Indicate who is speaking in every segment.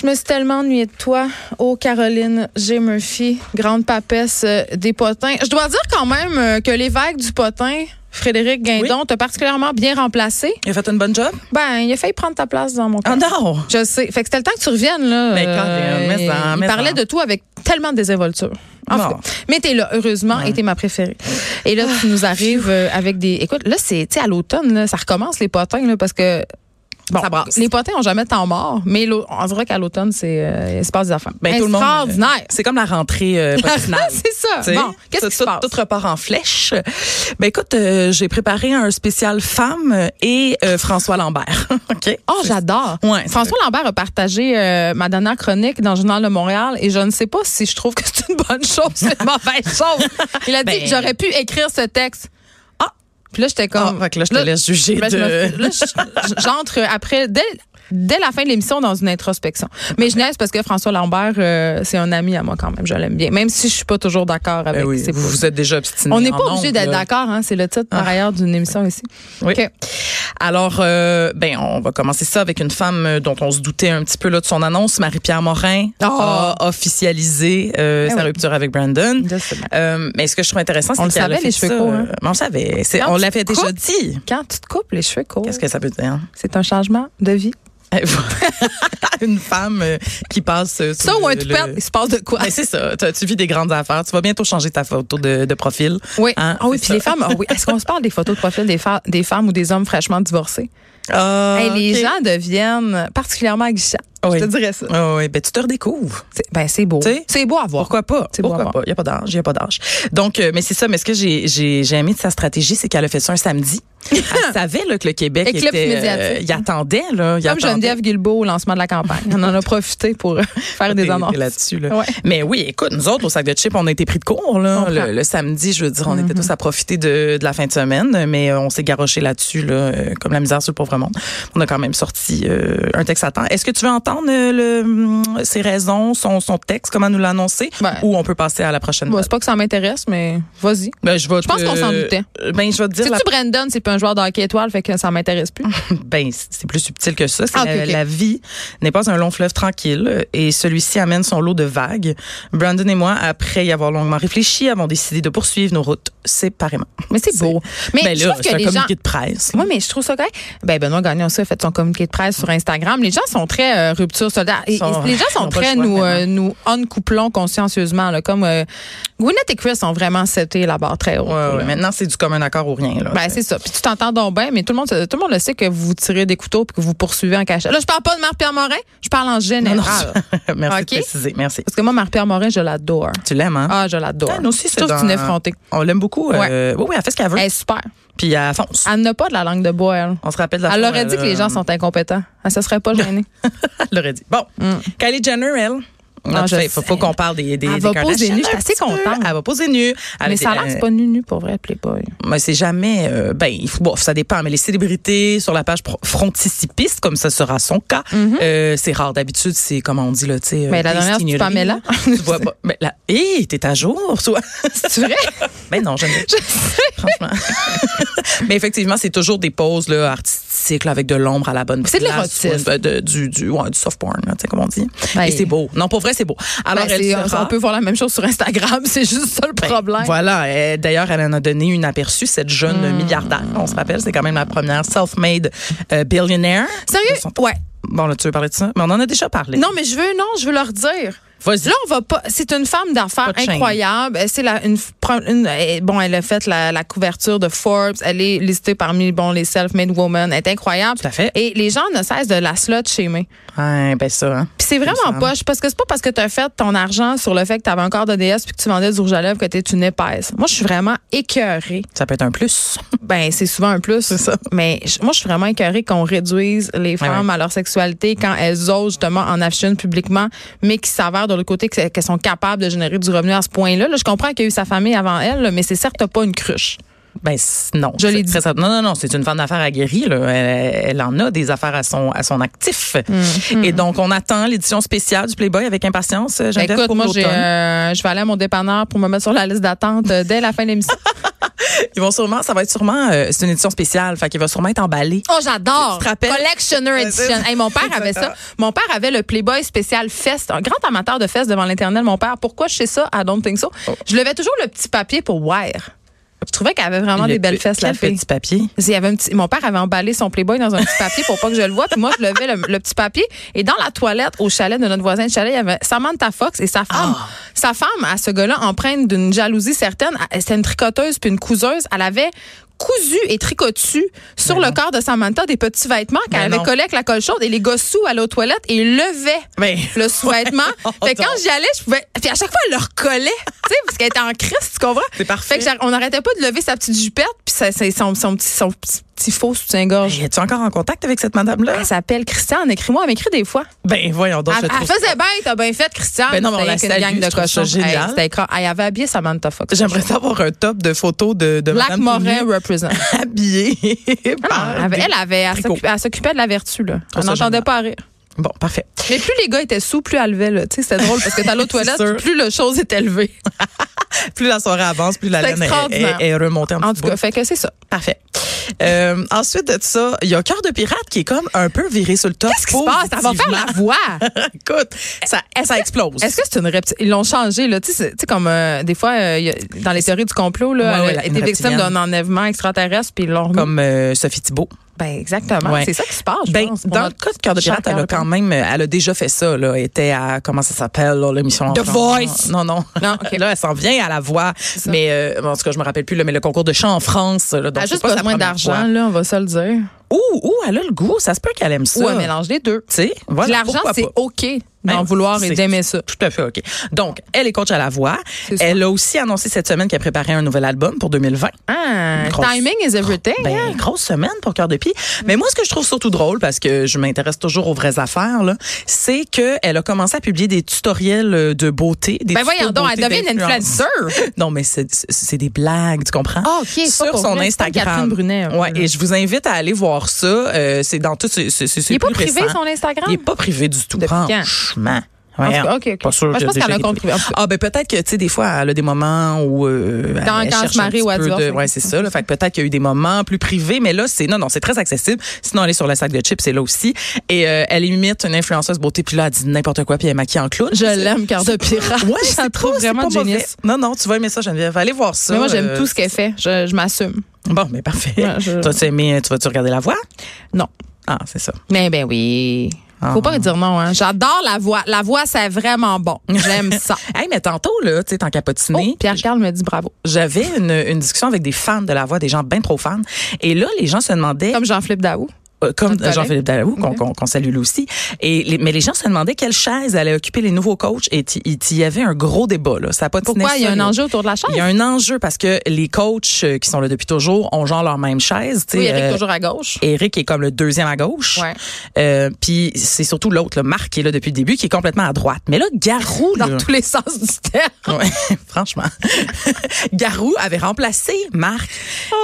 Speaker 1: Je me suis tellement ennuyée de toi, oh Caroline G. Murphy, grande papesse euh, des potins. Je dois dire quand même euh, que l'évêque du potin, Frédéric Guindon, t'a particulièrement bien remplacé.
Speaker 2: Il a fait une bonne job?
Speaker 1: Ben, il a failli prendre ta place dans mon
Speaker 2: Ah
Speaker 1: corps.
Speaker 2: non!
Speaker 1: Je sais. Fait que c'était le temps que tu reviennes, là.
Speaker 2: Ben, quand-
Speaker 1: Euh,
Speaker 2: mais ça,
Speaker 1: il
Speaker 2: mais ça.
Speaker 1: parlait de tout avec tellement de désinvolture. En
Speaker 2: Bon.
Speaker 1: tout cas. Mais t'es là, heureusement, et t'es ma préférée. Et là, tu nous arrives euh, avec des. Écoute, là, c'est, tu sais, à l'automne, là, ça recommence les potins, là, parce que. Bon,
Speaker 2: Ça brasse.
Speaker 1: les potins ont jamais de temps mort, mais l'au- on dirait qu'à l'automne, c'est, euh, il se passe des affaires.
Speaker 2: Ben, tout le monde, euh,
Speaker 1: Extraordinaire.
Speaker 2: C'est comme la rentrée euh, patinale.
Speaker 1: c'est ça.
Speaker 2: T'sais,
Speaker 1: Bon, qu'est-ce
Speaker 2: tout-
Speaker 1: qui se
Speaker 2: tout-
Speaker 1: passe?
Speaker 2: Tout repart en flèche. Ben écoute, euh, j'ai préparé un spécial femme et euh, François Lambert. OK?
Speaker 1: Oh, j'adore.
Speaker 2: Ouais, c'est
Speaker 1: François Lambert a partagé euh, ma dernière chronique dans le Journal de Montréal et je ne sais pas si je trouve que c'est une bonne chose ou une mauvaise chose. Il a dit
Speaker 2: Ben.
Speaker 1: j'aurais pu écrire ce texte. Ah! Puis là, j'étais
Speaker 2: Ah,
Speaker 1: comme.
Speaker 2: fait que là, je te laisse juger
Speaker 1: ben, je
Speaker 2: de...
Speaker 1: me- là, je- j'entre après. Dès, dès la fin de l'émission dans une introspection. Mais je niaise parce que François Lambert, euh, c'est un ami à moi quand même. Je l'aime bien. Même si je suis pas toujours d'accord avec
Speaker 2: Ben oui,
Speaker 1: ses
Speaker 2: vous, vous êtes déjà obstiné.
Speaker 1: on n'est
Speaker 2: en
Speaker 1: pas obligé
Speaker 2: ondes,
Speaker 1: d'être
Speaker 2: là.
Speaker 1: d'accord, hein, c'est le titre par ailleurs d'une émission ici.
Speaker 2: Oui.
Speaker 1: OK.
Speaker 2: Alors, euh, ben, on va commencer ça avec une femme euh, dont on se doutait un petit peu là, de son annonce. Marie-Pierre Morin a officialisé euh,
Speaker 1: Eh
Speaker 2: sa
Speaker 1: Oh. oui.
Speaker 2: rupture avec Brandon.
Speaker 1: Je sais bien.
Speaker 2: Euh, mais ce que je trouve intéressant, c'est
Speaker 1: On le
Speaker 2: qu'elle a
Speaker 1: savait,
Speaker 2: fait
Speaker 1: les cheveux
Speaker 2: ça,
Speaker 1: courts,
Speaker 2: euh,
Speaker 1: hein.
Speaker 2: On le savait. C'est-
Speaker 1: Quand
Speaker 2: On
Speaker 1: tu
Speaker 2: l'avait
Speaker 1: te
Speaker 2: déjà
Speaker 1: coupes-
Speaker 2: dit.
Speaker 1: Quand tu te coupes les cheveux courts,
Speaker 2: Qu'est-ce que ça peut dire?
Speaker 1: c'est un changement de vie.
Speaker 2: une femme euh, qui passe euh,
Speaker 1: Ça
Speaker 2: sous
Speaker 1: ou un
Speaker 2: le-
Speaker 1: tout perdre,
Speaker 2: le-
Speaker 1: il se passe de quoi?
Speaker 2: Ben, c'est ça. Tu, tu vis des grandes affaires. Tu vas bientôt changer ta photo de, de profil.
Speaker 1: Oui.
Speaker 2: Hein,
Speaker 1: ah oui,
Speaker 2: c'est
Speaker 1: puis
Speaker 2: ça.
Speaker 1: les femmes, ah oui. Est-ce qu'on se parle des photos de profil des, fa- des femmes ou des hommes fraîchement divorcés?
Speaker 2: Ah,
Speaker 1: Hey, Les
Speaker 2: ok.
Speaker 1: gens deviennent particulièrement aguichants.
Speaker 2: Oui.
Speaker 1: Je te dirais ça.
Speaker 2: Ah oui, ben, tu te redécouvres.
Speaker 1: C'est- Ben, c'est beau.
Speaker 2: Tu sais,
Speaker 1: C'est beau à voir.
Speaker 2: Pourquoi pas?
Speaker 1: C'est
Speaker 2: Pourquoi
Speaker 1: bon à
Speaker 2: pas? Il n'y a pas d'âge, il n'y a pas d'âge. Donc, euh, mais c'est ça, mais ce que j'ai j'ai- j'ai aimé de sa stratégie, c'est qu'elle a fait ça un samedi. Elle savait là, que le Québec
Speaker 1: Éclipse
Speaker 2: était, euh,
Speaker 1: médiatique.
Speaker 2: il attendait. Là, il
Speaker 1: Comme
Speaker 2: attendait.
Speaker 1: Geneviève Guilbeault au lancement de la campagne. On en a profité pour euh, faire
Speaker 2: T'es-
Speaker 1: des
Speaker 2: t'es
Speaker 1: annonces.
Speaker 2: là-dessus. là.
Speaker 1: Ouais.
Speaker 2: Mais oui, écoute, nous autres, au sac de chips, on Mm-hmm. a été pris de court. Là.
Speaker 1: Comprends.
Speaker 2: Le, le samedi, je veux dire, on était tous à profiter de, de la fin de semaine, mais euh, on s'est garoché là-dessus, là, euh, comme la misère sur le pauvre monde. On a quand même sorti euh, un texte à temps. Est-ce que tu veux entendre euh, le, hum, ses raisons, son, son texte, comment nous l'annoncer,
Speaker 1: Ben.
Speaker 2: ou on peut passer à la prochaine?
Speaker 1: Bon, c'est pas que ça m'intéresse, mais vas-y.
Speaker 2: Ben, je, vais
Speaker 1: Je pense
Speaker 2: te-
Speaker 1: qu'on s'en doutait.
Speaker 2: Ben, je vais te dire
Speaker 1: C'est-tu
Speaker 2: la
Speaker 1: Brandon, c'est pas un joueur de hockey étoile, fait que ça m'intéresse plus.
Speaker 2: Ben, c'est plus subtil que ça. C'est
Speaker 1: Ah, ok,
Speaker 2: la,
Speaker 1: ok.
Speaker 2: la vie n'est pas un long fleuve tranquille et celui-ci amène son lot de vagues. Brandon et moi, après y avoir longuement réfléchi, avons décidé de poursuivre nos routes séparément.
Speaker 1: Mais c'est beau. Mais
Speaker 2: ben
Speaker 1: je
Speaker 2: là,
Speaker 1: trouve
Speaker 2: c'est
Speaker 1: que
Speaker 2: un
Speaker 1: les
Speaker 2: communiqué
Speaker 1: gens.
Speaker 2: de presse.
Speaker 1: Oui, mais je trouve ça correct. Ben Benoît Gagnon aussi a fait son communiqué de presse sur Instagram. Les gens sont très euh, rupture soldat. Et- et
Speaker 2: Sont-
Speaker 1: les gens
Speaker 2: ils
Speaker 1: sont
Speaker 2: ont pas le
Speaker 1: très
Speaker 2: choix,
Speaker 1: nous euh,
Speaker 2: maintenant.
Speaker 1: nous uncouplons consciencieusement là, comme euh, Gwyneth et Chris ont vraiment seté la barre très haut.
Speaker 2: Ouais, ouais, Maintenant, c'est du commun accord ou rien. Là.
Speaker 1: Ben c'est ça. Puis tu t'entends donc bien, mais tout le monde se- tout le monde le sait que vous tirez des couteaux puis que vous poursuivez en cachette. Là, je parle pas de Marc-Pierre Morin, je parle en
Speaker 2: Non,
Speaker 1: général.
Speaker 2: non, Merci
Speaker 1: Ok.
Speaker 2: de préciser. Merci.
Speaker 1: Parce que moi Marc-Pierre Morin, je l'adore.
Speaker 2: Tu l'aimes, hein?
Speaker 1: Ah, je l'adore.
Speaker 2: Ah, nous aussi,
Speaker 1: je
Speaker 2: c'est
Speaker 1: trouve que c'est
Speaker 2: dans-
Speaker 1: une effrontée.
Speaker 2: On l'aime beaucoup. euh, Oui, oui, elle fait ce qu'elle veut.
Speaker 1: Elle est super.
Speaker 2: Puis elle fonce.
Speaker 1: Elle n'a pas de la langue de bois, elle.
Speaker 2: On se rappelle de la
Speaker 1: Elle
Speaker 2: fois, euh,
Speaker 1: aurait dit que les gens sont incompétents. Elle se serait pas gênée.
Speaker 2: Elle l'aurait dit. Bon, Kylie Jenner, elle.
Speaker 1: Mm. Ah, je
Speaker 2: il faut, faut
Speaker 1: sais.
Speaker 2: qu'on parle des, des,
Speaker 1: Elle
Speaker 2: des
Speaker 1: va
Speaker 2: Kardashians
Speaker 1: poser nue, je suis
Speaker 2: un
Speaker 1: assez
Speaker 2: petit peu.
Speaker 1: contente.
Speaker 2: Elle va poser nue. Elle
Speaker 1: Mais
Speaker 2: a
Speaker 1: ça a
Speaker 2: des- euh,
Speaker 1: l'air que c'est pas nu-nu pour vrai, Playboy.
Speaker 2: Mais c'est jamais. euh, ben, il faut, bof, ça dépend. Mais les célébrités sur la page pro- fronticipiste, comme ça sera son cas, euh, c'est rare. D'habitude, c'est comment on dit là, tu sais. euh,
Speaker 1: Mais Mm-hmm. Ben, la dernière,
Speaker 2: c'est
Speaker 1: c'est Pamela.
Speaker 2: tu vois pas. Mais là, hé, t'es à jour, toi.
Speaker 1: C'est vrai?
Speaker 2: ben non, je ne. Franchement. mais effectivement, c'est toujours des poses là, artistiques, là, avec de l'ombre à la bonne
Speaker 1: C'est de
Speaker 2: place.
Speaker 1: l'érotisme.
Speaker 2: Ouais, de- Du, du, ouais, du soft porn, là, tu sais, comme on dit.
Speaker 1: Ouais.
Speaker 2: Et c'est beau. Non, pour vrai, c'est beau. Alors,
Speaker 1: Ben,
Speaker 2: elle
Speaker 1: c'est-
Speaker 2: sera- Ben,
Speaker 1: on peut voir la même chose sur Instagram, c'est juste ça le problème. Hmm.
Speaker 2: Voilà. Euh, D'ailleurs, elle en a donné une aperçue, cette jeune milliardaire. On se rappelle, c'est quand même la première self-made euh, billionaire.
Speaker 1: Sérieux?
Speaker 2: De son-
Speaker 1: Ouais.
Speaker 2: Bon, là, tu veux parler de ça? Mais on en a déjà parlé.
Speaker 1: Non, mais je veux, non, je veux leur dire.
Speaker 2: Vas-y.
Speaker 1: Là, on va pas. C'est une femme d'affaires
Speaker 2: Pas de shame.
Speaker 1: incroyable. C'est la une, une- elle- bon, elle a fait la, la couverture de Forbes. Elle est listée parmi bon les self-made women. Elle est incroyable.
Speaker 2: Tout à fait.
Speaker 1: Et les gens ne cessent de la slot chez moi.
Speaker 2: Ouais, ben ça, hein.
Speaker 1: Puis c'est vraiment
Speaker 2: semble.
Speaker 1: poche parce que c'est pas parce que tu as fait ton argent sur le fait que tu avais un corps de déesse puis que tu vendais du rouge à lèvres que tu une épaisse. Moi, je suis vraiment écœurée.
Speaker 2: Ça peut être un plus.
Speaker 1: Ben, c'est souvent un plus.
Speaker 2: ça.
Speaker 1: Mais je- moi, je suis vraiment écœurée qu'on réduise les femmes
Speaker 2: ouais.
Speaker 1: à leur sexualité quand elles osent justement en afficher une publiquement, mais qui s'avèrent de l'autre côté que- qu'elles sont capables de générer du revenu à ce point-là. Là, je comprends qu'il y a eu sa famille avant elle, là, mais c'est certes pas une cruche.
Speaker 2: Ben non.
Speaker 1: Je l'ai
Speaker 2: C'est
Speaker 1: dit.
Speaker 2: très simple. Non, non, non, c'est une femme d'affaires aguerrie. Là. Elle, elle en a des affaires à son, à son actif.
Speaker 1: Mm.
Speaker 2: Et donc, on attend l'édition spéciale du Playboy avec impatience,
Speaker 1: Ben,
Speaker 2: Geneviève,
Speaker 1: écoute,
Speaker 2: pour
Speaker 1: moi, j'ai,
Speaker 2: l'automne.
Speaker 1: euh, je vais aller à mon dépanneur pour me mettre sur la liste d'attente euh, dès la fin de l'émission. euh,
Speaker 2: Ils vont sûrement, ça va être sûrement, euh, c'est une édition spéciale, fait qu'il va sûrement être emballé.
Speaker 1: Oh, j'adore!
Speaker 2: Tu te rappelles?
Speaker 1: Collectioner
Speaker 2: Ouais, c'est
Speaker 1: Edition.
Speaker 2: ça.
Speaker 1: Hey, mon père avait ça. Mon père avait le Playboy spécial Fest. Un grand amateur de Fest devant l'Internet, mon père. Pourquoi je sais ça? I don't think so.
Speaker 2: Oh.
Speaker 1: Je levais toujours le petit papier pour Wire. Je trouvais qu'elle avait vraiment
Speaker 2: Le
Speaker 1: des belles
Speaker 2: pe-
Speaker 1: fesses, la
Speaker 2: quel
Speaker 1: fille.
Speaker 2: petit papier.
Speaker 1: Il y avait un petit- mon père avait emballé son Playboy dans un petit papier pour pas que je le voie. Puis moi, je levais le, le petit papier. Et dans la toilette au chalet de notre voisin de chalet, il y avait Samantha Fox et sa femme.
Speaker 2: Ah!
Speaker 1: Sa femme, à ce gars-là, empreinte d'une jalousie certaine. Elle- C'était une tricoteuse puis une couseuse. Elle avait cousu et tricotu sur le corps de Samantha des petits vêtements qu'elle
Speaker 2: Mais
Speaker 1: avait
Speaker 2: non.
Speaker 1: collés avec la colle chaude et les gossous allaient aux toilettes et ils levaient
Speaker 2: Ben,
Speaker 1: le sous-vêtement. fait que quand j'y allais, je pouvais. Puis à chaque fois, elle le recollait. tu sais, parce qu'elle était en crise, tu comprends?
Speaker 2: C'est parfait.
Speaker 1: Fait que j'ar- on n'arrêtait pas de lever sa petite jupette, puis ça, c'est son, son petit, son petit- petit faux soutien-gorge.
Speaker 2: Hey, Ben, Es-tu encore en contact avec cette madame-là?
Speaker 1: Elle s'appelle Christiane. Écris-moi, elle m'écrit des fois.
Speaker 2: Ben, voyons donc, je
Speaker 1: Ah, elle elle
Speaker 2: trouve
Speaker 1: faisait bien, t'as bien fait, Christiane.
Speaker 2: Ben non, mais on
Speaker 1: C'était
Speaker 2: la
Speaker 1: une
Speaker 2: salue,
Speaker 1: gang de
Speaker 2: je trouve ça
Speaker 1: cochons.
Speaker 2: génial.
Speaker 1: Hey, c'était écran- elle avait habillé Samantha Fox.
Speaker 2: J'aimerais savoir un top de photos de, de
Speaker 1: Black
Speaker 2: madame
Speaker 1: Morin
Speaker 2: Poulin
Speaker 1: represent.
Speaker 2: habillée
Speaker 1: Ah,
Speaker 2: par
Speaker 1: elle avait-
Speaker 2: des-
Speaker 1: elle avait, elle
Speaker 2: tricots.
Speaker 1: s'occupait- elle s'occupait de la vertu, là.
Speaker 2: trouve
Speaker 1: On
Speaker 2: ça
Speaker 1: n'entendait
Speaker 2: génial.
Speaker 1: pas rire.
Speaker 2: Bon, parfait.
Speaker 1: Mais plus les gars étaient sous, plus elle levait, là. Tu sais, c'était drôle parce que t'allais aux
Speaker 2: C'est
Speaker 1: toilettes,
Speaker 2: sûr.
Speaker 1: plus la chose est élevée.
Speaker 2: Plus la soirée avance, plus la
Speaker 1: C'est
Speaker 2: laine est,
Speaker 1: extraordinaire.
Speaker 2: est- est remontée en,
Speaker 1: En
Speaker 2: petite
Speaker 1: tout cas,
Speaker 2: boule.
Speaker 1: fait que c'est ça.
Speaker 2: Parfait. Euh, ensuite de ça, il y a Cœur de pirate qui est comme un peu viré sur le top.
Speaker 1: Qu'est-ce qui se passe? Elle va faire la voix.
Speaker 2: Écoute, ça, ça explose.
Speaker 1: Est-ce que c'est une reptile? Ils l'ont changé, là. Tu sais, c'est- tu sais, comme euh, des fois, euh, il y a- dans les théories du complot, là,
Speaker 2: Ouais, ouais,
Speaker 1: elle a
Speaker 2: la-
Speaker 1: été
Speaker 2: une
Speaker 1: victime
Speaker 2: reptilienne.
Speaker 1: d'un enlèvement extraterrestre, puis ils l'ont remis.
Speaker 2: Comme euh, Sophie Thibault.
Speaker 1: Ben, exactement.
Speaker 2: Ouais.
Speaker 1: C'est ça qui se passe, je
Speaker 2: Ben,
Speaker 1: pense. pour
Speaker 2: dans le
Speaker 1: notre
Speaker 2: cas de Cœur de
Speaker 1: cher
Speaker 2: Pirate, elle a
Speaker 1: Carl
Speaker 2: quand même, euh, elle a déjà fait ça, là. Elle était à, comment ça s'appelle, là, l'émission en
Speaker 1: The
Speaker 2: France? Non, non.
Speaker 1: Non, ok.
Speaker 2: Là, elle s'en vient à la voix.
Speaker 1: ça.
Speaker 2: Mais, euh, en tout cas, je me rappelle plus, là, mais le concours de chant en France, là.
Speaker 1: Elle
Speaker 2: Donc,
Speaker 1: a
Speaker 2: c'est
Speaker 1: juste
Speaker 2: pas sa
Speaker 1: besoin
Speaker 2: première
Speaker 1: d'argent,
Speaker 2: fois.
Speaker 1: là, on va se le dire.
Speaker 2: Ouh, ouh, elle a le goût. Ça se peut qu'elle aime ça.
Speaker 1: Ou un mélange des deux.
Speaker 2: Tu sais,
Speaker 1: Puis
Speaker 2: voilà.
Speaker 1: L'argent,
Speaker 2: pourquoi
Speaker 1: c'est
Speaker 2: pas.
Speaker 1: OK d'en
Speaker 2: Ben,
Speaker 1: vouloir et
Speaker 2: c'est-
Speaker 1: d'aimer ça.
Speaker 2: Tout à fait, OK. Donc, elle est coach à la voix.
Speaker 1: C'est ça.
Speaker 2: Elle a aussi annoncé cette semaine qu'elle préparait un nouvel album pour 2020.
Speaker 1: Ah,
Speaker 2: Grosse-
Speaker 1: timing is everything.
Speaker 2: Ben,
Speaker 1: hein?
Speaker 2: grosse semaine pour Cœur de Pie. Mais moi, ce que je trouve surtout drôle, parce que je m'intéresse toujours aux vraies affaires, là, c'est qu'elle a commencé à publier des tutoriels euh, de beauté. Des
Speaker 1: Ben,
Speaker 2: tutos
Speaker 1: voyons donc, elle
Speaker 2: beauté
Speaker 1: devient une
Speaker 2: d'influence.
Speaker 1: influencer.
Speaker 2: Non, mais c'est- c'est c'est des blagues, tu comprends?
Speaker 1: Ah, OK, c'est pas
Speaker 2: Sur
Speaker 1: pour
Speaker 2: son
Speaker 1: vrai, c'est comme Catherine
Speaker 2: Instagram.
Speaker 1: Brunet, hein. un peu,
Speaker 2: ouais,
Speaker 1: là.
Speaker 2: et je vous invite à aller voir ça. Euh, c'est dans tout. C'est c'est- c'est
Speaker 1: Il est pas
Speaker 2: plus
Speaker 1: privé,
Speaker 2: récent.
Speaker 1: son Instagram?
Speaker 2: Il est pas privé du tout.
Speaker 1: Depuis quand?
Speaker 2: Franchement.
Speaker 1: En tout
Speaker 2: Ouais,
Speaker 1: cas, OK, OK.
Speaker 2: Pas sûr
Speaker 1: Moi, je
Speaker 2: que
Speaker 1: pense
Speaker 2: déjà
Speaker 1: qu'elle a
Speaker 2: été
Speaker 1: compris. En tout cas.
Speaker 2: Ah ben peut-être que tu sais des fois elle a des moments où euh,
Speaker 1: Quand-
Speaker 2: elle
Speaker 1: quand elle
Speaker 2: cherche
Speaker 1: se marie
Speaker 2: un
Speaker 1: ou elle
Speaker 2: petit peu
Speaker 1: divorce,
Speaker 2: de-
Speaker 1: ok.
Speaker 2: ouais, c'est ça là, fait que peut-être qu'il y a eu des moments plus privés mais là c'est non non, c'est très accessible. Sinon aller sur la sac de chips, c'est là aussi et euh, elle imite une influenceuse beauté puis là elle dit n'importe quoi puis elle maquille en clown.
Speaker 1: Je l'aime, cœur de pirate.
Speaker 2: Ouais,
Speaker 1: je la
Speaker 2: c'est
Speaker 1: trouve
Speaker 2: pas- c'est
Speaker 1: vraiment
Speaker 2: pas mauvais.
Speaker 1: genius.
Speaker 2: Non non, tu vas aimer ça Geneviève, allez voir ça.
Speaker 1: Mais moi, j'aime
Speaker 2: euh,
Speaker 1: tout ce qu'elle fait. Je, je m'assume.
Speaker 2: Bon, mais parfait.
Speaker 1: Ouais, je-
Speaker 2: Toi tu aimé tu vas tu regarder la voix
Speaker 1: Non.
Speaker 2: Ah, c'est ça.
Speaker 1: Mais ben oui. Faut
Speaker 2: Ah.
Speaker 1: pas dire non, hein. J'adore la voix. La voix, c'est vraiment bon. J'aime ça.
Speaker 2: Hey, mais tantôt là, tu sais t'en capotiné.
Speaker 1: Oh, Pierre Carl me dit bravo.
Speaker 2: J'avais une, une discussion avec des fans de la voix, des gens bien trop fans. Et là, les gens se demandaient,
Speaker 1: Comme Jean-Philippe Daou.
Speaker 2: euh, comme,
Speaker 1: notre collègue. Mhm.
Speaker 2: Jean-Philippe Daou, qu'on
Speaker 1: Ok.
Speaker 2: qu'on- qu'on salue lui aussi, et les- mais les gens se demandaient quelle chaise allaient occuper les nouveaux coachs. Et t- il y avait un gros débat. Là. Ça a pas de
Speaker 1: Pourquoi il y a un
Speaker 2: solide.
Speaker 1: enjeu autour de la chaise?
Speaker 2: Il y a un enjeu parce que les coachs euh, qui sont là depuis toujours ont genre leur même chaise. tu sais,
Speaker 1: Oui, Eric
Speaker 2: euh,
Speaker 1: toujours à gauche.
Speaker 2: Eric est comme le deuxième à gauche.
Speaker 1: Ouais.
Speaker 2: Euh, Puis c'est surtout l'autre, le Marc, qui est là depuis le début, qui est complètement à droite. Mais là, Garou,
Speaker 1: Dans
Speaker 2: là,
Speaker 1: tous les sens du terme.
Speaker 2: Ouais, franchement. Garou avait remplacé Marc.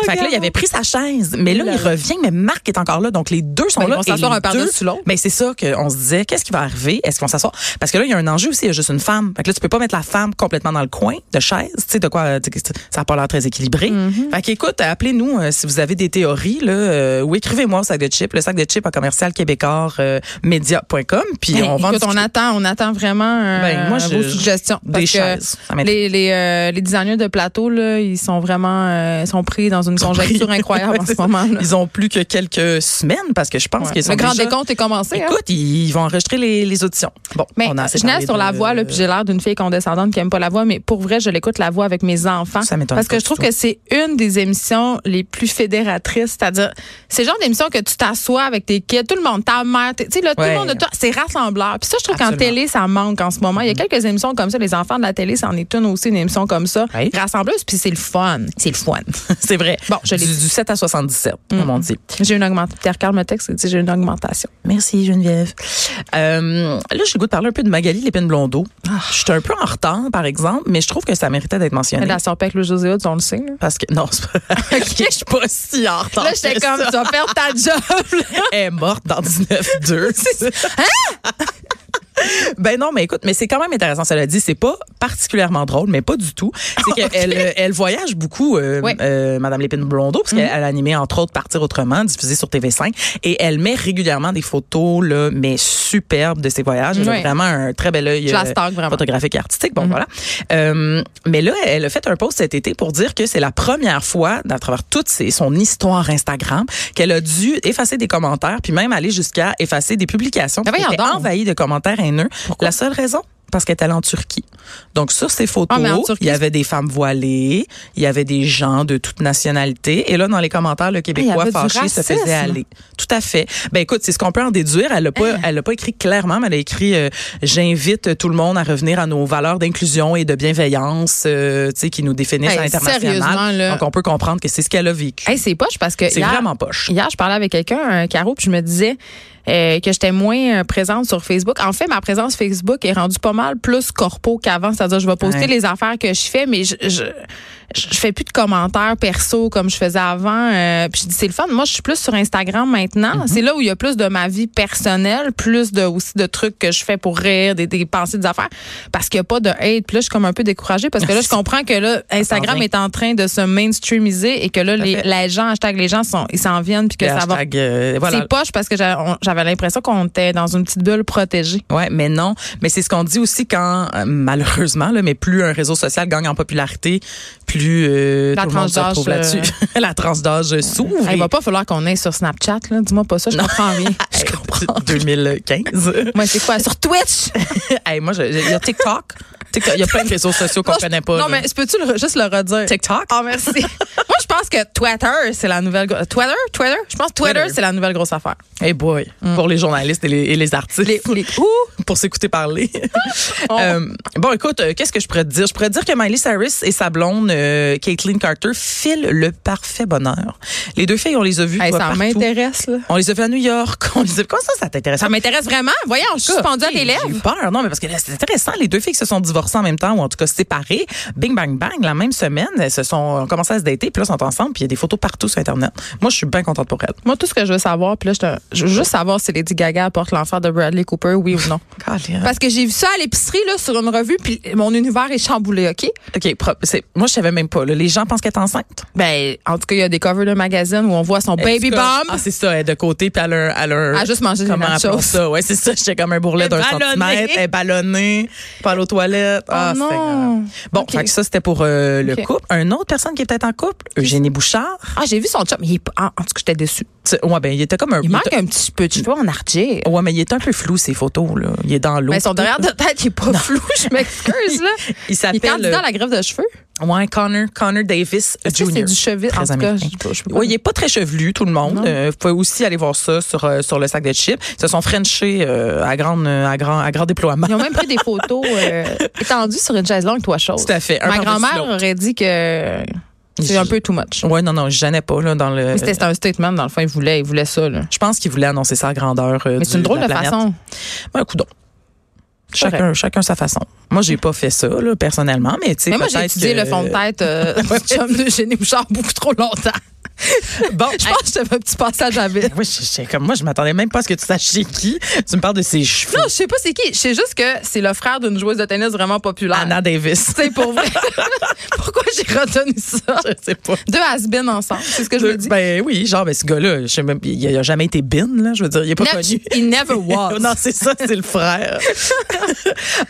Speaker 2: fait que là, il avait pris sa chaise. Mais
Speaker 1: Ouh
Speaker 2: là,
Speaker 1: Oh, là
Speaker 2: il
Speaker 1: là.
Speaker 2: revient, mais Marc est encore là. Donc, les deux sont
Speaker 1: Ben, ils
Speaker 2: là.
Speaker 1: vont
Speaker 2: et
Speaker 1: s'asseoir
Speaker 2: les
Speaker 1: un par-dessus
Speaker 2: deux-
Speaker 1: l'autre.
Speaker 2: Ben, c'est ça qu'on se disait. Qu'est-ce qui va arriver? Est-ce qu'on s'asseoir? Parce que là, il y a un enjeu aussi. Il y a juste une femme. Fait que là, tu peux pas mettre la femme complètement dans le coin de chaise. Tu sais, de quoi, euh, tu sais, ça a pas l'air très équilibré.
Speaker 1: Mm-hmm.
Speaker 2: Fait qu'écoute, appelez-nous euh, si vous avez des théories, là, euh, ou écrivez-moi au sac de chips. Le sac de chips à commercial québécois, euh, media.com. Puis
Speaker 1: Hey,
Speaker 2: on va en
Speaker 1: Ben, écoute, on
Speaker 2: discuter.
Speaker 1: attend, on attend vraiment euh,
Speaker 2: Ben, moi, je-
Speaker 1: vos suggestions.
Speaker 2: des
Speaker 1: parce que
Speaker 2: chaises. Ça m'intéresse.
Speaker 1: les, les, euh, les designers de plateau, là, ils sont vraiment euh, ils sont pris dans une conjecture
Speaker 2: pris.
Speaker 1: incroyable en
Speaker 2: Ouais,
Speaker 1: ce
Speaker 2: c'est ça.
Speaker 1: moment. là.
Speaker 2: Ils ont plus que quelques semaines parce que je pense
Speaker 1: Ouais.
Speaker 2: qu'ils sont
Speaker 1: Le grand
Speaker 2: déjà-
Speaker 1: décompte est commencé. hein.
Speaker 2: Écoute, ils ils vont enregistrer les, les auditions. Bon,
Speaker 1: Mais
Speaker 2: on a assez
Speaker 1: je nais
Speaker 2: parlé
Speaker 1: sur
Speaker 2: de-
Speaker 1: la voix, là, puis j'ai l'air d'une fille condescendante qui aime pas la voix, mais pour vrai, je l'écoute la voix avec mes enfants.
Speaker 2: Ça m'étonne
Speaker 1: Parce
Speaker 2: pas
Speaker 1: que je
Speaker 2: du
Speaker 1: trouve
Speaker 2: tout.
Speaker 1: que c'est une des émissions les plus fédératrices. C'est-à-dire, c'est le genre d'émission que tu t'assois avec tes kids, tout le monde, ta mère, t'es- tu sais, là, tout le
Speaker 2: Ouais.
Speaker 1: monde, autour, c'est rassembleur. Puis ça, je trouve qu'en
Speaker 2: Absolument. Mm-hmm.
Speaker 1: télé, ça manque en ce moment. Il y a quelques émissions comme ça. Les enfants de la télé, c'en est une aussi, une émission comme ça.
Speaker 2: Ouais.
Speaker 1: Rassembleuse, puis c'est le fun. C'est le fun.
Speaker 2: C'est vrai.
Speaker 1: Bon, je l'ai Mm.
Speaker 2: du, du 7 à 77, comme on dit.
Speaker 1: J'ai une augmentation. Pierre Carl me texte et dit j'ai une augmentation.
Speaker 2: Merci Geneviève. Euh, là, j'ai le goût de parler un peu de Magali Lépine Blondeau.
Speaker 1: Ah.
Speaker 2: Je suis un peu en retard, par exemple, mais je trouve que ça méritait d'être mentionné.
Speaker 1: Elle a sorti avec le José Hood, on le sait. Là,
Speaker 2: Parce que non, c'est pas... je suis pas si en retard.
Speaker 1: Là, j'étais
Speaker 2: que
Speaker 1: comme
Speaker 2: ça.
Speaker 1: tu vas perdre ta job. là.
Speaker 2: Elle est morte dans 19-2. Ben non, mais écoute, mais c'est quand même intéressant. Cela dit, c'est pas particulièrement drôle, mais pas du tout. C'est qu'elle euh, elle voyage beaucoup, euh,
Speaker 1: Oui.
Speaker 2: euh, Madame Lépine Blondeau, parce qu'elle elle a animé entre autres Partir autrement, diffusé sur TV5, et elle met régulièrement des photos là, mais superbes de ses voyages. Elle a
Speaker 1: Oui.
Speaker 2: vraiment un très bel œil
Speaker 1: Je la
Speaker 2: euh,
Speaker 1: stalk vraiment.
Speaker 2: photographique et artistique.
Speaker 1: Mhm.
Speaker 2: Bon, voilà. Euh, mais là, elle a fait un post cet été pour dire que c'est la première fois, à travers toute ses- son histoire Instagram, qu'elle a dû effacer des commentaires, puis même aller jusqu'à effacer des publications
Speaker 1: Ah,
Speaker 2: qui
Speaker 1: voyons
Speaker 2: étaient
Speaker 1: donc.
Speaker 2: envahies de commentaires haineux. la seule raison parce qu'elle est allée en Turquie. Donc sur ces photos,
Speaker 1: Ah, mais en Turquie,
Speaker 2: il y avait des femmes voilées, il y avait des gens de toute nationalité. Et là, dans les commentaires, le Québécois
Speaker 1: Ah, avait du
Speaker 2: fâché se
Speaker 1: racisme.
Speaker 2: faisait aller. Tout à fait. Ben écoute, c'est ce qu'on peut en déduire. Elle l'a
Speaker 1: Hein.
Speaker 2: pas, elle l'a pas écrit clairement, mais elle a écrit euh, j'invite tout le monde à revenir à nos valeurs d'inclusion et de bienveillance, euh, tu sais, qui nous définissent
Speaker 1: Hey,
Speaker 2: à
Speaker 1: sérieusement,
Speaker 2: l'international.
Speaker 1: là.
Speaker 2: Donc on peut comprendre que c'est ce qu'elle a vécu.
Speaker 1: Hey, c'est poche parce que
Speaker 2: c'est
Speaker 1: hier,
Speaker 2: vraiment poche.
Speaker 1: Hier, je parlais avec quelqu'un, un Caro, puis je me disais euh, que j'étais moins euh, présente sur Facebook. En fait, ma présence Facebook est rendue pas mal plus corpo qu'avant. C'est-à-dire, je vais poster
Speaker 2: Ouais.
Speaker 1: les affaires que je fais, mais je, je, je fais plus de commentaires perso comme je faisais avant. Euh, puis je dis, c'est le fun. Moi, je suis plus sur Instagram maintenant.
Speaker 2: Mm-hmm.
Speaker 1: C'est là où il y a plus de ma vie personnelle, plus de aussi de trucs que je fais pour rire, des, des pensées, des affaires, parce qu'il n'y a pas de hate. Puis là, je suis comme un peu découragée parce que là, je comprends que là, Instagram
Speaker 2: rien.
Speaker 1: est en train de se mainstreamiser et que là, les,
Speaker 2: fait.
Speaker 1: les gens, hashtag les gens, sont, ils s'en viennent puis que
Speaker 2: Le
Speaker 1: ça va.
Speaker 2: hashtag, euh, voilà.
Speaker 1: C'est poche parce que j'a- on- j'avais l'impression qu'on était dans une petite bulle protégée.
Speaker 2: Ouais, mais non. Mais c'est ce qu'on dit aussi quand, euh, malheureusement, là, mais plus un réseau social gagne en popularité, plus euh,
Speaker 1: La
Speaker 2: tout le monde
Speaker 1: tranche
Speaker 2: se retrouve
Speaker 1: d'âge,
Speaker 2: là-dessus. la tranche d'âge s'ouvre.
Speaker 1: Il va pas falloir qu'on aille sur Snapchat, là. Dis-moi pas ça, je comprends rien. Je comprends.
Speaker 2: 2015.
Speaker 1: Moi, c'est quoi? Sur Twitch?
Speaker 2: hey, moi, je- il y a TikTok. TikTok, Il y a plein de réseaux sociaux qu'on
Speaker 1: Non, je-
Speaker 2: connaît pas.
Speaker 1: Non,
Speaker 2: là.
Speaker 1: mais peux-tu le- juste le redire?
Speaker 2: TikTok.
Speaker 1: Ah, merci. Moi, je pense que Twitter, c'est la nouvelle. gro- Twitter? Twitter? Je pense que Twitter,
Speaker 2: Twitter.
Speaker 1: c'est la nouvelle grosse affaire.
Speaker 2: Hey boy,
Speaker 1: Mm.
Speaker 2: pour les journalistes et les, et les artistes. Ouh, pour s'écouter parler.
Speaker 1: Oh,
Speaker 2: Euh, bon, écoute, euh, qu'est-ce que je pourrais te dire? Je pourrais te dire que Miley Cyrus et sa blonde, euh, Caitlyn Carter, filent le parfait bonheur. Les deux filles, on les a vues
Speaker 1: Hey,
Speaker 2: toi,
Speaker 1: ça
Speaker 2: partout.
Speaker 1: m'intéresse, là.
Speaker 2: On les a vues à New York. On les a... Comment ça, ça t'intéresse?
Speaker 1: Ça m'intéresse vraiment? Voyons, je suis suspendue à tes
Speaker 2: J'ai eu
Speaker 1: lèvres.
Speaker 2: peur, non, mais parce que là, c'est intéressant. Les deux filles qui se sont divorcées en même temps, ou en tout cas séparées, bing, bang, bang, la même semaine, elles se sont ont commencé à se dater, puis là, sont ensemble, puis il y a des photos partout sur Internet. Moi, je suis bien contente pour elles.
Speaker 1: Moi, tout ce que je veux savoir, puis là, je te- je veux juste savoir si Lady Gaga porte l'enfer de Bradley Cooper, oui ou non. Parce que j'ai vu ça à l'épicerie, là, sur une revue, puis mon univers est chamboulé, OK?
Speaker 2: OK, pro- c'est- moi, je savais même pas. là. Les gens pensent qu'elle est enceinte.
Speaker 1: Ben, en tout cas, il y a des covers de magazines où on voit son baby
Speaker 2: bomb.
Speaker 1: bomb.
Speaker 2: Ah, c'est ça, elle est de côté, puis elle a un. Elle a, un-
Speaker 1: Elle a juste mangé des
Speaker 2: Comment
Speaker 1: nachos.
Speaker 2: appelons ça? Ouais, c'est ça, j'étais comme un bourrelet
Speaker 1: Elle est
Speaker 2: d'un
Speaker 1: ballonnée. Oh
Speaker 2: centimètre, elle est ballonnée, pas aller aux toilettes. ah,
Speaker 1: non.
Speaker 2: Seigneur. Bon,
Speaker 1: OK.
Speaker 2: fait que ça, c'était pour euh, le
Speaker 1: OK.
Speaker 2: couple. Une autre personne qui est peut-être en couple, Eugénie Bouchard.
Speaker 1: Ah, j'ai vu son chum. mais il est pas- ah, en tout cas, j'étais déçue.
Speaker 2: Tu- Ouais, ben, il était comme un.
Speaker 1: Il Oh,
Speaker 2: il
Speaker 1: manque
Speaker 2: était-
Speaker 1: un petit peu de cheveux en argile.
Speaker 2: Ouais, mais il est un peu flou, ces photos, là. Il est dans l'eau.
Speaker 1: Mais son derrière de tête, il est pas flou, je m'excuse, là.
Speaker 2: Il
Speaker 1: Il est
Speaker 2: s'appelle.
Speaker 1: candidat à la grève de cheveux.
Speaker 2: euh, ouais, Connor, Connor Davis
Speaker 1: Est-ce
Speaker 2: Jr.
Speaker 1: que c'est du cheveu? En
Speaker 2: Très
Speaker 1: tout cas,
Speaker 2: américain.
Speaker 1: je, peux- je peux pas.
Speaker 2: Oui, il est pas très chevelu, tout le monde.
Speaker 1: Non.
Speaker 2: Euh, vous pouvez aussi aller voir ça sur, euh, sur le sac de chips. Ils se sont frenchés euh, à, grande, euh, à, grand, à grand déploiement.
Speaker 1: Ils ont même pris des photos euh, étendues sur une chaise longue, toi, chose.
Speaker 2: Tout à fait. Un
Speaker 1: Ma
Speaker 2: par-dessus
Speaker 1: grand-mère
Speaker 2: l'autre.
Speaker 1: aurait dit que c'est
Speaker 2: Je-
Speaker 1: un peu too much.
Speaker 2: Ouais, non, non, je gênais pas, là, dans le.
Speaker 1: Mais c'était c'était un statement, dans le fond, il voulait, il voulait ça, là.
Speaker 2: Je pense qu'il voulait annoncer ça à grandeur. euh,
Speaker 1: Mais
Speaker 2: du-
Speaker 1: c'est une drôle
Speaker 2: la
Speaker 1: de
Speaker 2: planète.
Speaker 1: façon.
Speaker 2: Ouais, coudonc.
Speaker 1: pas
Speaker 2: Chacun, chacun sa façon. Moi, j'ai pas fait ça, là, personnellement, mais tu sais.
Speaker 1: Mais moi, j'ai
Speaker 2: peut-être
Speaker 1: étudié
Speaker 2: que-
Speaker 1: le fond de tête euh, du chum de Génie Bouchard beaucoup trop longtemps.
Speaker 2: Bon,
Speaker 1: Je pense que je te fais un petit passage à vide.
Speaker 2: Ben Oui, je- je- comme moi, je m'attendais même pas à ce que tu saches chez qui. Tu me parles de ses cheveux.
Speaker 1: Non, je sais pas c'est qui. Je sais juste que c'est le frère d'une joueuse de tennis vraiment populaire.
Speaker 2: Anna Davis.
Speaker 1: C'est pour vrai. Pourquoi j'ai retenu ça?
Speaker 2: je sais pas.
Speaker 1: Deux has been ensemble, c'est ce que je me dis.
Speaker 2: Ben oui, genre, ben, ce gars-là, je sais même- il il a jamais été bin, là. Je veux dire, il est pas
Speaker 1: Net-
Speaker 2: connu.
Speaker 1: He never was.
Speaker 2: non, c'est ça, c'est le frère.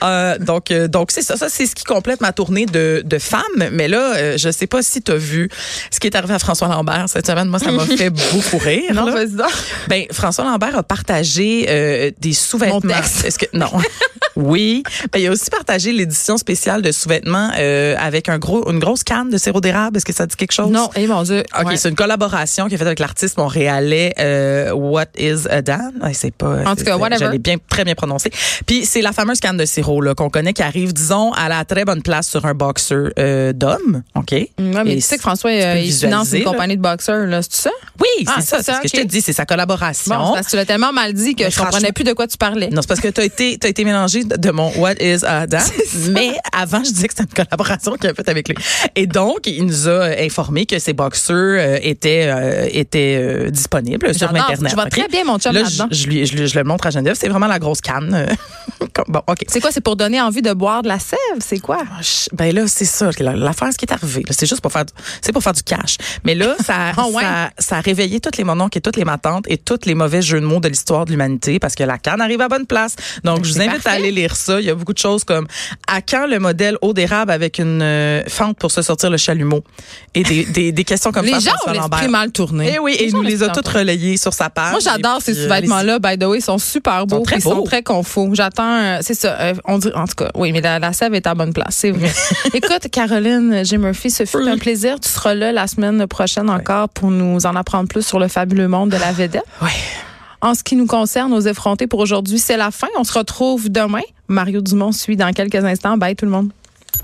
Speaker 2: Euh, donc, euh, donc c'est ça. Ça, c'est ce qui complète ma tournée de, de femmes. Mais là, euh, je sais pas si tu as vu ce qui est arrivé à François Lambert cette semaine. Moi, ça m'a fait beaucoup rire.
Speaker 1: Non,
Speaker 2: là.
Speaker 1: vas-y donc.
Speaker 2: Ben, François Lambert a partagé euh, des sous-vêtements.
Speaker 1: Mon texte.
Speaker 2: Est-ce que non Oui. Ben, il a aussi partagé l'édition spéciale de sous-vêtements euh, avec un gros, une grosse canne de sirop d'érable. Est-ce que ça dit quelque chose
Speaker 1: Non, et mon Dieu.
Speaker 2: OK,
Speaker 1: ouais.
Speaker 2: c'est une collaboration qui est faite avec l'artiste montréalais euh, What is a Dan? Ouais, c'est pas
Speaker 1: En tout
Speaker 2: c'est-
Speaker 1: cas,
Speaker 2: c'est-
Speaker 1: whatever.
Speaker 2: Je l'ai bien très bien prononcé. Puis c'est la fameuse canne de sirop là qu'on connaît qui arrive disons à la très bonne place sur un boxer euh, d'homme, OK
Speaker 1: Mm, ouais, mais
Speaker 2: Et
Speaker 1: tu sais que François, euh,
Speaker 2: peux
Speaker 1: il finance
Speaker 2: visualiser,
Speaker 1: une
Speaker 2: là.
Speaker 1: compagnie de beatboxer, là, c'est ça?
Speaker 2: Oui,
Speaker 1: Ah,
Speaker 2: c'est ça.
Speaker 1: c'est
Speaker 2: C'est
Speaker 1: ça,
Speaker 2: ce que
Speaker 1: ok.
Speaker 2: je te dis, c'est sa collaboration.
Speaker 1: Bon, c'est parce que tu l'as tellement mal dit que
Speaker 2: Mais
Speaker 1: je comprenais
Speaker 2: franchement-
Speaker 1: plus de quoi tu parlais.
Speaker 2: Non, c'est parce que t'as été, t'as été mélangé de de mon What is Adam. Mais avant, je disais que c'était une collaboration qu'il a faite avec lui. Et donc, il nous a euh, informé que ses boxeurs euh, étaient, euh, étaient euh, disponibles sur
Speaker 1: J'adore.
Speaker 2: Internet.
Speaker 1: Je vois
Speaker 2: ok?
Speaker 1: très bien mon chum
Speaker 2: Là, je,
Speaker 1: là-dedans.
Speaker 2: je lui, je, lui- je le montre à Geneviève. C'est vraiment la grosse canne. euh, comme- bon, OK.
Speaker 1: C'est quoi? C'est pour donner envie de boire de la sève? C'est quoi?
Speaker 2: Ben là, c'est ça. la- L'affaire, ce qui est arrivé, là, c'est juste pour faire, du- c'est pour faire du cash. Mais là, ça,
Speaker 1: Ah ouais?
Speaker 2: ça, ça a réveillé toutes les mononques et toutes les matantes et tous les mauvais jeux de mots de l'histoire de l'humanité parce que la canne arrive à bonne place. Donc, je vous
Speaker 1: Ben, c'est
Speaker 2: invite à
Speaker 1: parfait.
Speaker 2: aller lire ça. Il y a beaucoup de choses comme à quand le modèle eau d'érable avec une euh, fente pour se sortir le chalumeau et des, des, des questions comme ça.
Speaker 1: les gens ont
Speaker 2: François
Speaker 1: l'esprit
Speaker 2: Lambert.
Speaker 1: mal tourné.
Speaker 2: Eh oui,
Speaker 1: Les
Speaker 2: et il
Speaker 1: gens
Speaker 2: nous
Speaker 1: ont
Speaker 2: les a
Speaker 1: l'esprit
Speaker 2: toutes relayées sur sa page.
Speaker 1: Moi, j'adore
Speaker 2: Et
Speaker 1: ces
Speaker 2: puis, euh,
Speaker 1: sous-vêtements-là, by the way. Ils sont super beaux.
Speaker 2: très
Speaker 1: puis Ils sont
Speaker 2: beaux.
Speaker 1: très confos. J'attends, euh, c'est ça. euh, on dit, en tout cas, oui, mais la, la sève est à bonne place. C'est vrai. Écoute, Caroline, Jim Murphy, ce fut un plaisir. Tu seras là la semaine prochaine encore pour nous en apprendre plus sur le fabuleux monde de la vedette.
Speaker 2: les- Ah, Ouais.
Speaker 1: En ce qui nous concerne, aux effrontés pour aujourd'hui, c'est la fin. On se retrouve demain. Mario Dumont suit dans quelques instants. Bye tout le monde.